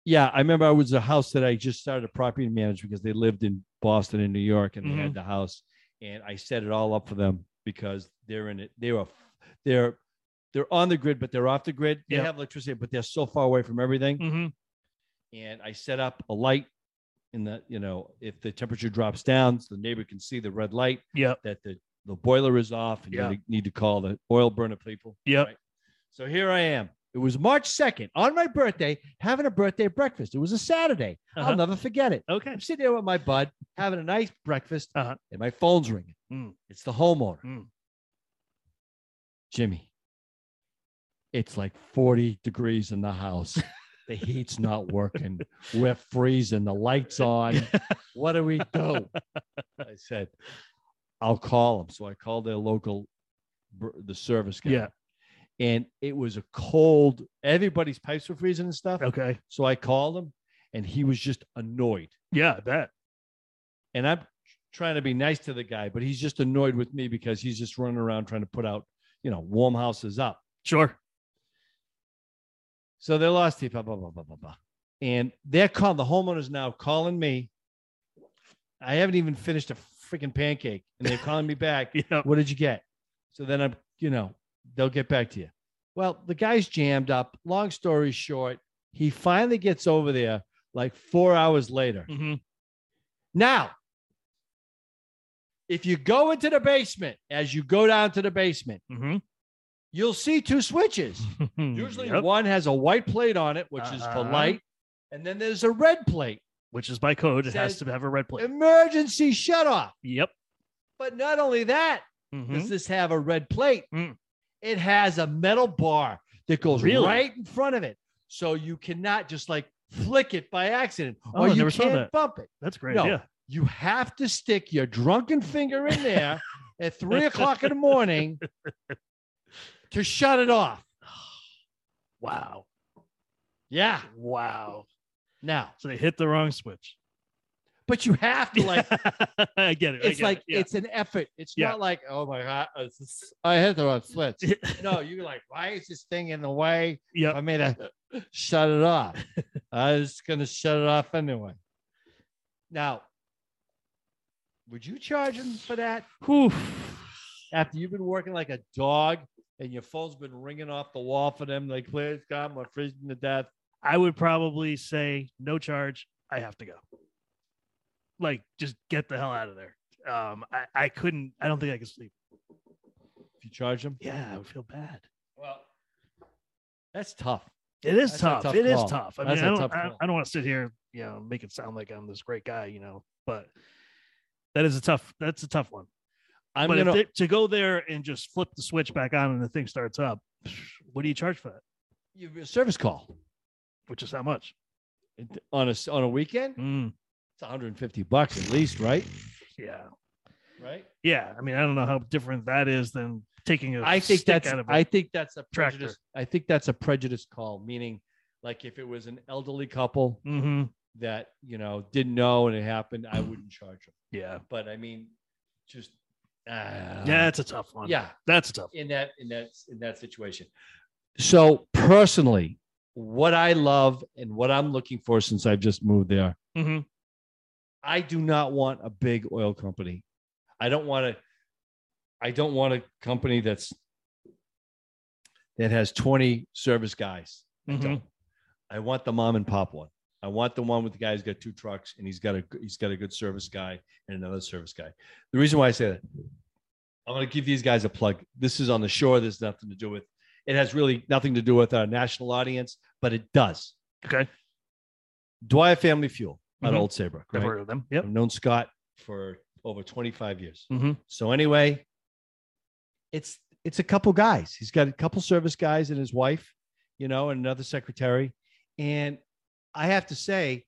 Speaker 3: Yeah, I remember I was a house that I just started a property manage because they lived in Boston and New York and they
Speaker 2: Mm-hmm.
Speaker 3: had the house and I set it all up for them because they're in it. They were they're they're on the grid, but they're off the grid. They
Speaker 2: Yeah.
Speaker 3: have electricity, but they're so far away from everything.
Speaker 2: Mm-hmm.
Speaker 3: and I set up a light in the you know if the temperature drops down, so the neighbor can see the red light
Speaker 2: Yep.
Speaker 3: that the the boiler is off, and
Speaker 2: Yeah.
Speaker 3: you need- need to call the oil burner people.
Speaker 2: Yep.
Speaker 3: Right. So here I am. It was March second on my birthday, having a birthday breakfast. It was a Saturday.
Speaker 2: Uh-huh.
Speaker 3: I'll never forget it.
Speaker 2: Okay.
Speaker 3: I'm sitting there with my bud, having a nice breakfast,
Speaker 2: Uh-huh.
Speaker 3: and my phone's ringing.
Speaker 2: Mm.
Speaker 3: It's the homeowner,
Speaker 2: Mm.
Speaker 3: Jimmy. It's like 40 degrees in the
Speaker 2: [LAUGHS]
Speaker 3: house. the heat's not working. We're freezing. The lights on. what do we
Speaker 2: [LAUGHS]
Speaker 3: do? I said, I'll call them. So I called their local, br- the service guy.
Speaker 2: Yeah.
Speaker 3: And it was a cold. Everybody's pipes were freezing and stuff.
Speaker 2: Okay.
Speaker 3: So I called him, and he was just annoyed
Speaker 2: Yeah, I bet.
Speaker 3: and I'm trying to be nice to the guy, but he's just annoyed with me because he's just running around trying to put out, you know, warm houses up.
Speaker 2: Sure. [LAUGHS]
Speaker 3: So they lost it, blah, blah, blah, blah, blah, blah. And they're calling the homeowners now calling me. I haven't even finished a freaking pancake and they're calling me
Speaker 2: [LAUGHS]
Speaker 3: back.
Speaker 2: Yeah.
Speaker 3: What did you get? So then I'm, you know, they'll get back to you. Well, the guy's jammed up. Long story short, he finally gets over there like four hours later.
Speaker 2: hmm
Speaker 3: Now, if you go into the basement, as you go down to the basement,
Speaker 2: hmm
Speaker 3: you'll see two switches.
Speaker 2: [LAUGHS]
Speaker 3: Usually,
Speaker 2: Mm-hmm. Yep.
Speaker 3: one has a white plate on it, which is for
Speaker 2: Uh-huh.
Speaker 3: light, and then there's a red plate,
Speaker 2: which is by code, it has
Speaker 3: says-
Speaker 2: to have a red plate.
Speaker 3: emergency shutoff.
Speaker 2: Yep.
Speaker 3: But not only that,
Speaker 2: Mhm.
Speaker 3: does this have a red plate?
Speaker 2: Mm.
Speaker 3: It has a metal bar that goes
Speaker 2: Really?
Speaker 3: right in front of it, so you cannot just like flick it by accident,
Speaker 2: Oh,
Speaker 3: or
Speaker 2: I
Speaker 3: you
Speaker 2: never saw
Speaker 3: can't
Speaker 2: that.
Speaker 3: bump it.
Speaker 2: That's a great.
Speaker 3: No.
Speaker 2: Yeah.
Speaker 3: you have to stick your drunken finger in there at three o'clock in the morning to shut it off.
Speaker 2: Wow.
Speaker 3: Yeah.
Speaker 2: Wow.
Speaker 3: Now,
Speaker 2: So they hit the wrong switch.
Speaker 3: but you have to like.
Speaker 2: [LAUGHS] I get it. I
Speaker 3: It's
Speaker 2: get
Speaker 3: like
Speaker 2: it. Yeah.
Speaker 3: it's an effort. It's
Speaker 2: Yeah.
Speaker 3: not like oh my god, it's just- I hit the wrong switch.
Speaker 2: [LAUGHS]
Speaker 3: [LAUGHS] no, you're like, why is this thing in the way?
Speaker 2: Yep.
Speaker 3: I made a shut it off.
Speaker 2: [LAUGHS]
Speaker 3: I was gonna shut it off anyway. Now, would you charge them for that
Speaker 2: Whew.
Speaker 3: after you've been working like a dog and your phone's been ringing off the wall for them? Like, please God, we're freezing to death.
Speaker 2: I would probably say no charge. I have to go. Like, just get the hell out of there. Um, I, I couldn't. I don't think I could sleep.
Speaker 3: If you charge them,
Speaker 2: Yeah, I would feel bad.
Speaker 3: well, that's tough.
Speaker 2: It is
Speaker 3: That's a
Speaker 2: tough.
Speaker 3: tough
Speaker 2: It is
Speaker 3: call.
Speaker 2: tough. I
Speaker 3: That's
Speaker 2: mean,
Speaker 3: a
Speaker 2: I don't,
Speaker 3: tough
Speaker 2: I,
Speaker 3: call.
Speaker 2: I don't want to sit here, you know, make it sound like I'm this great guy, you know, but that is a tough, that's a tough one.
Speaker 3: I'm
Speaker 2: but
Speaker 3: gonna.
Speaker 2: if they, to go there and just flip the switch back on and the thing starts up, what do you charge for that?
Speaker 3: you- a service call
Speaker 2: Which is how much?
Speaker 3: on a s- on a weekend.
Speaker 2: Mm,
Speaker 3: It's 150 bucks at least, right?
Speaker 2: yeah.
Speaker 3: Right.
Speaker 2: Yeah. I mean, I don't know how different that is than taking a
Speaker 3: I think
Speaker 2: stick
Speaker 3: that's
Speaker 2: out of
Speaker 3: I think that's a
Speaker 2: tractor.
Speaker 3: prejudice. I think that's a prejudice call, meaning like if it was an elderly couple
Speaker 2: hmm
Speaker 3: that you know didn't know and it happened, I wouldn't charge them.
Speaker 2: Yeah.
Speaker 3: But I mean, just uh,
Speaker 2: Yeah. That's a tough one.
Speaker 3: yeah,
Speaker 2: That's a tough.
Speaker 3: in that in that in that situation. So personally, what I love and what I'm looking for since I've just moved there
Speaker 2: One. Mhm.
Speaker 3: I do not want a big oil company. I don't want a I don't want a company that's that has 20 service guys. I
Speaker 2: Mhm.
Speaker 3: don't. I want the mom and pop one. I want the one with the guy who's got two trucks and he's got a he's got a good service guy and another service guy. The reason why I say that, I'm gonna give these guys a plug. This is on the shore. There's nothing to do with it has really nothing to do with our national audience, but it does.
Speaker 2: Okay.
Speaker 3: Dwyer Family Fuel out
Speaker 2: Mhm.
Speaker 3: of Old Saybrook,
Speaker 2: I've
Speaker 3: right?
Speaker 2: heard of them. Yep.
Speaker 3: I've known Scott for over 25 years.
Speaker 2: [LAUGHS] Mhm.
Speaker 3: So anyway, it's it's a couple guys. He's got a couple service guys and his wife, you know, and another secretary. And I have to say,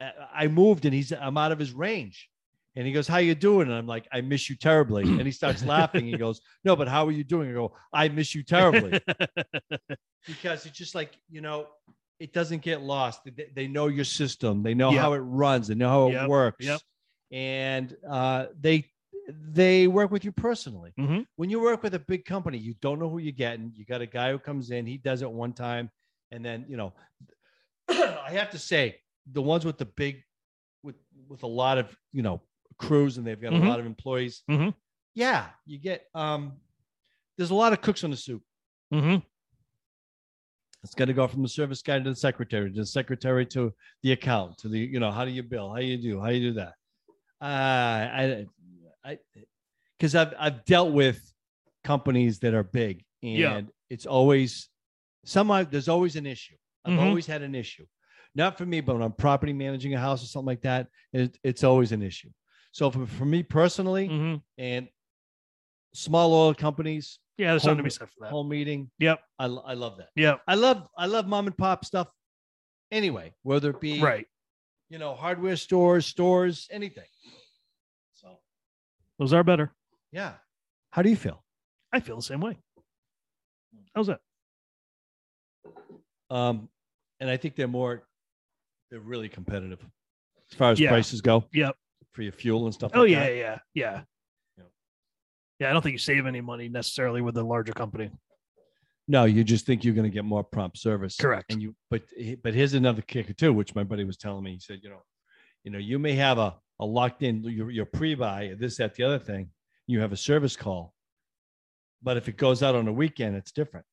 Speaker 3: I- I moved and he's I'm out of his range. And he goes, "How you doing?" And I'm like, "I miss you terribly." And he starts laughing. He goes, "No, but how are you doing?" I go, "I miss you terribly." because it's just like you know it doesn't get lost they, they know your system they know
Speaker 2: Yeah.
Speaker 3: how it runs they know how it
Speaker 2: Yep,
Speaker 3: works
Speaker 2: yep.
Speaker 3: and uh, they they work with you personally
Speaker 2: Mhm.
Speaker 3: when you work with a big company you don't know who you're getting you got a guy who comes in he does it one time and then you know [CLEARS THROAT] i have to say the ones with the big with with a lot of you know crews and they've got
Speaker 2: Mhm.
Speaker 3: a lot of employees
Speaker 2: Mhm.
Speaker 3: yeah you get um there's a lot of cooks on the soup
Speaker 2: Mhm.
Speaker 3: it's going to go from the service guy to the secretary, to the secretary to the account, to the you know how do you bill, how you do, how you do that. Uh, I, I, because I've I've dealt with companies that are big, and
Speaker 2: Yeah.
Speaker 3: it's always somehow there's always an issue. I've
Speaker 2: Mhm.
Speaker 3: always had an issue, not for me, but when I'm property managing a house or something like that, it, it's always an issue. So for, for me personally,
Speaker 2: Mhm.
Speaker 3: and small oil companies,
Speaker 2: Yeah. There's something to
Speaker 3: Home-
Speaker 2: be said for that.
Speaker 3: home meeting,
Speaker 2: Yep.
Speaker 3: I lo- I love that.
Speaker 2: Yep.
Speaker 3: I love I love mom and pop stuff. Anyway, whether it be
Speaker 2: Right.
Speaker 3: you know hardware stores, stores, anything. So
Speaker 2: Those are better.
Speaker 3: yeah, how do you feel?
Speaker 2: I feel the same way. How's that?
Speaker 3: Um, and I think they're more they're really competitive as far as
Speaker 2: Yeah.
Speaker 3: prices go.
Speaker 2: Yep.
Speaker 3: For your fuel and stuff.
Speaker 2: Oh
Speaker 3: like
Speaker 2: yeah,
Speaker 3: that.
Speaker 2: yeah, yeah,
Speaker 3: Yeah.
Speaker 2: yeah. I don't think you save any money necessarily with a larger company.
Speaker 3: No, you just think you're going to get more prompt service.
Speaker 2: Correct.
Speaker 3: And you, but but here's another kicker too, which my buddy was telling me. He said, you know, you know, you may have a a locked in your, your pre buy this that the other thing. You have a service call, but if it goes out on a weekend, it's different.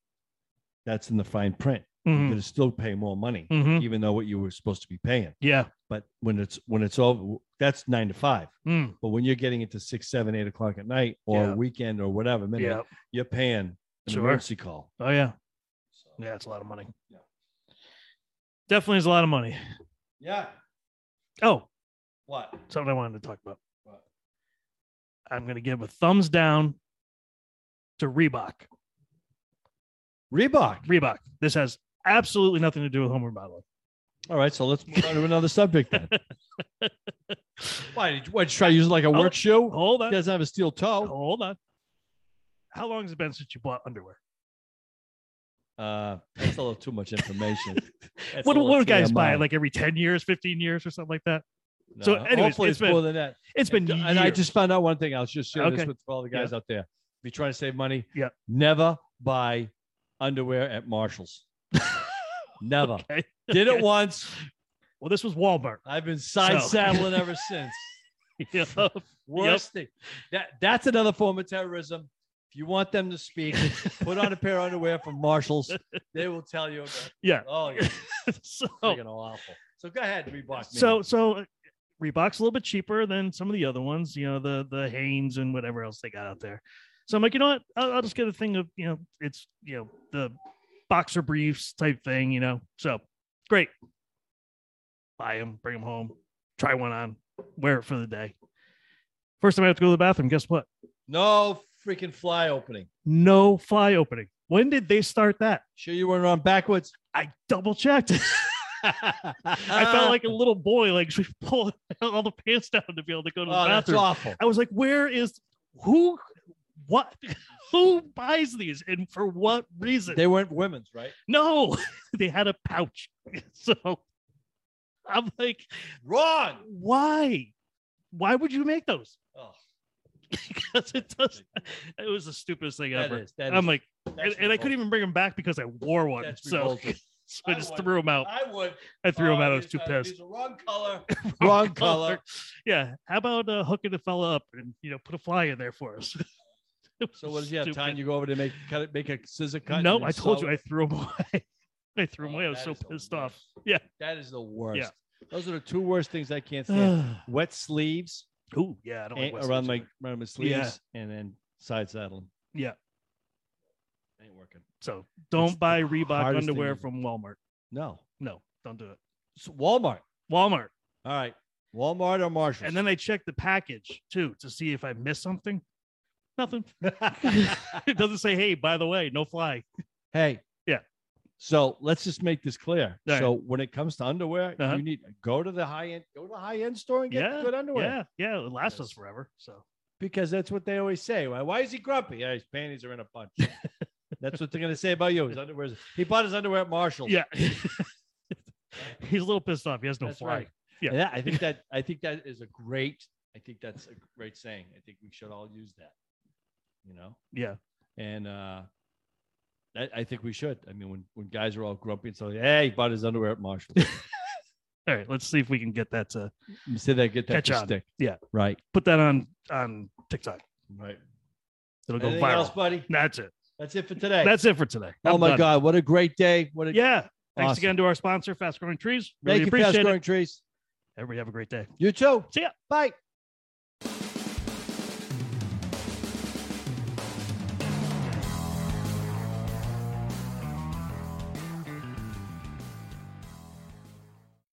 Speaker 3: That's in the fine print.
Speaker 2: Mm-hmm.
Speaker 3: You're going to still pay more money,
Speaker 2: Mhm.
Speaker 3: even though what you were supposed to be paying.
Speaker 2: Yeah.
Speaker 3: But when it's when it's over, that's nine to five.
Speaker 2: Mm.
Speaker 3: But when you're getting it to six, seven, eight o'clock at night or
Speaker 2: Yeah.
Speaker 3: weekend or whatever, midnight,
Speaker 2: Yeah.
Speaker 3: you're paying an
Speaker 2: Sure.
Speaker 3: emergency call.
Speaker 2: Oh yeah.
Speaker 3: So,
Speaker 2: Yeah, it's a lot of money.
Speaker 3: Yeah.
Speaker 2: Definitely is a lot of money.
Speaker 3: yeah.
Speaker 2: Oh,
Speaker 3: What?
Speaker 2: something I wanted to talk about.
Speaker 3: What?
Speaker 2: I'm gonna give a thumbs down to Reebok.
Speaker 3: Reebok.
Speaker 2: Reebok. This has absolutely nothing to do with home remodeling.
Speaker 3: All right, so let's move on to another subject
Speaker 2: [LAUGHS]
Speaker 3: then. Why did you, why, did you try to use it like a
Speaker 2: Oh,
Speaker 3: work shoe?
Speaker 2: Hold
Speaker 3: It
Speaker 2: on.
Speaker 3: doesn't have a steel toe.
Speaker 2: Hold on. How long has it been since you bought underwear?
Speaker 3: Uh, that's a little too
Speaker 2: [LAUGHS]
Speaker 3: much information. That's
Speaker 2: what
Speaker 3: a
Speaker 2: do
Speaker 3: little
Speaker 2: what do guys
Speaker 3: TMI.
Speaker 2: buy? Like every 10 years, 15 years, or something like that?
Speaker 3: No,
Speaker 2: so anyways,
Speaker 3: hopefully
Speaker 2: it's
Speaker 3: it's
Speaker 2: been-
Speaker 3: more than that.
Speaker 2: It's been
Speaker 3: and, and I
Speaker 2: years.
Speaker 3: just found out one thing. I'll just share
Speaker 2: Okay.
Speaker 3: this with all the guys out there. If you're trying to save money,
Speaker 2: Yeah.
Speaker 3: never buy underwear
Speaker 2: [LAUGHS]
Speaker 3: at Marshalls. never.
Speaker 2: Okay.
Speaker 3: Did it
Speaker 2: Okay.
Speaker 3: once.
Speaker 2: Well, this was Walmart. [LAUGHS]
Speaker 3: I've been side
Speaker 2: So-
Speaker 3: saddling ever since.
Speaker 2: Yeah.
Speaker 3: [LAUGHS] Worst thing. That that's another form of terrorism. If you want them to speak, put on a pair of underwear from Marshalls. They will tell you. About,
Speaker 2: yeah. [LAUGHS]
Speaker 3: oh, you're
Speaker 2: so,
Speaker 3: freaking awful. So go ahead, Reebok.
Speaker 2: so, so uh, Reebok's a little bit cheaper than some of the other ones, you know, the, the Hanes and whatever else they got out there. So I'm like, you know what? I'll, I'll just get a thing of, you know, it's, you know, the boxer briefs type thing, you know. So great. Buy them, bring them home, try one on, wear it for the day. First time I have to go to the bathroom, guess what?
Speaker 3: no freaking fly opening.
Speaker 2: no fly opening. When did they start that?
Speaker 3: Sure, you weren't on backwards. [LAUGHS]
Speaker 2: I double checked. [LAUGHS] I
Speaker 3: [LAUGHS]
Speaker 2: felt like a little boy, like [LAUGHS] pulling all the pants down to be able to go to the
Speaker 3: oh, that's
Speaker 2: bathroom.
Speaker 3: awful.
Speaker 2: I was like, where is who what [LAUGHS] who buys these and for what reason?
Speaker 3: They weren't women's, right?
Speaker 2: no, [LAUGHS] they had a pouch. [LAUGHS] So I'm like,
Speaker 3: Wrong.
Speaker 2: why? Why would you make those?
Speaker 3: Oh,
Speaker 2: [LAUGHS] because it does it was the stupidest thing
Speaker 3: that
Speaker 2: ever.
Speaker 3: is- that
Speaker 2: I'm
Speaker 3: is-
Speaker 2: like,
Speaker 3: that's
Speaker 2: and, and I couldn't
Speaker 3: revolting.
Speaker 2: even bring them back because I wore one.
Speaker 3: That's
Speaker 2: so, [LAUGHS]
Speaker 3: revolting.
Speaker 2: so I
Speaker 3: I
Speaker 2: just
Speaker 3: would-
Speaker 2: threw them out.
Speaker 3: I would.
Speaker 2: I threw him
Speaker 3: Oh,
Speaker 2: out. I was
Speaker 3: these
Speaker 2: too
Speaker 3: are-
Speaker 2: pissed.
Speaker 3: these are Wrong
Speaker 2: [LAUGHS]
Speaker 3: color. Wrong color.
Speaker 2: Yeah. How about uh, hooking the fella up and you know put a fly in there for us? [LAUGHS] It
Speaker 3: So
Speaker 2: was
Speaker 3: what does he have?
Speaker 2: stupid.
Speaker 3: Time you go over to make cut it, make a scissor cut.
Speaker 2: no, I told you I threw him [LAUGHS] away. I threw
Speaker 3: Oh,
Speaker 2: him away. I was so pissed off. [LAUGHS] Yeah.
Speaker 3: That is the worst. Those are the two worst things
Speaker 2: [SIGHS]
Speaker 3: I [SIGHS] can't stand:
Speaker 2: oh
Speaker 3: wet sleeves
Speaker 2: yeah, I don't
Speaker 3: eh,
Speaker 2: like Wesley's
Speaker 3: around my
Speaker 2: either.
Speaker 3: around my
Speaker 2: Yeah.
Speaker 3: sleeves, and then side saddling.
Speaker 2: Yeah.
Speaker 3: ain't working.
Speaker 2: So don't
Speaker 3: It's the
Speaker 2: buy Reebok
Speaker 3: hardest thing
Speaker 2: underwear
Speaker 3: to do.
Speaker 2: from Walmart.
Speaker 3: No,
Speaker 2: No, don't do it.
Speaker 3: So Walmart.
Speaker 2: Walmart.
Speaker 3: All right, Walmart or Marshalls.
Speaker 2: And then I checked the package too to see if I missed something. Nothing. [LAUGHS] it doesn't say, hey, by the way, no fly.
Speaker 3: [LAUGHS] Hey.
Speaker 2: Yeah.
Speaker 3: So let's just make this clear.
Speaker 2: All right.
Speaker 3: So when it comes to underwear,
Speaker 2: Uh-huh.
Speaker 3: you need go to the high end, go to the high end store and get
Speaker 2: Yeah,
Speaker 3: good underwear.
Speaker 2: Yeah, yeah, it lasts us
Speaker 3: Yes.
Speaker 2: forever. So
Speaker 3: Because that's what they always say. Why, why is he grumpy? Yeah, his panties are in a
Speaker 2: [LAUGHS]
Speaker 3: bunch. that's what they're gonna say about you. His underwear's he bought his underwear at Marshall's.
Speaker 2: yeah. He's a little pissed off. He has no
Speaker 3: that's
Speaker 2: fly.
Speaker 3: right.
Speaker 2: Yeah.
Speaker 3: Yeah. I think that I think that is a great, I think that's a great saying. I think we should all use that. You know?
Speaker 2: Yeah.
Speaker 3: And uh that, I think we should. I mean, when, when guys are all grumpy and so, hey, he bought his underwear at Marshall's.
Speaker 2: All right. Let's see if we can get that to
Speaker 3: [LAUGHS] You say that get that
Speaker 2: Catch
Speaker 3: to
Speaker 2: on.
Speaker 3: stick.
Speaker 2: Yeah.
Speaker 3: Right.
Speaker 2: put that on on TikTok.
Speaker 3: Right.
Speaker 2: It'll go
Speaker 3: Anything
Speaker 2: viral.
Speaker 3: else, buddy?
Speaker 2: That's it.
Speaker 3: That's it for today.
Speaker 2: That's it for today.
Speaker 3: oh
Speaker 2: I'm
Speaker 3: my
Speaker 2: done.
Speaker 3: God. What a great day. What a
Speaker 2: Yeah. Thanks
Speaker 3: Awesome.
Speaker 2: again to our sponsor, Fast Growing Trees. Really
Speaker 3: Thank you,
Speaker 2: appreciate
Speaker 3: Fast
Speaker 2: it.
Speaker 3: Growing Trees.
Speaker 2: Everybody have a great day.
Speaker 3: You too.
Speaker 2: See ya.
Speaker 3: Bye.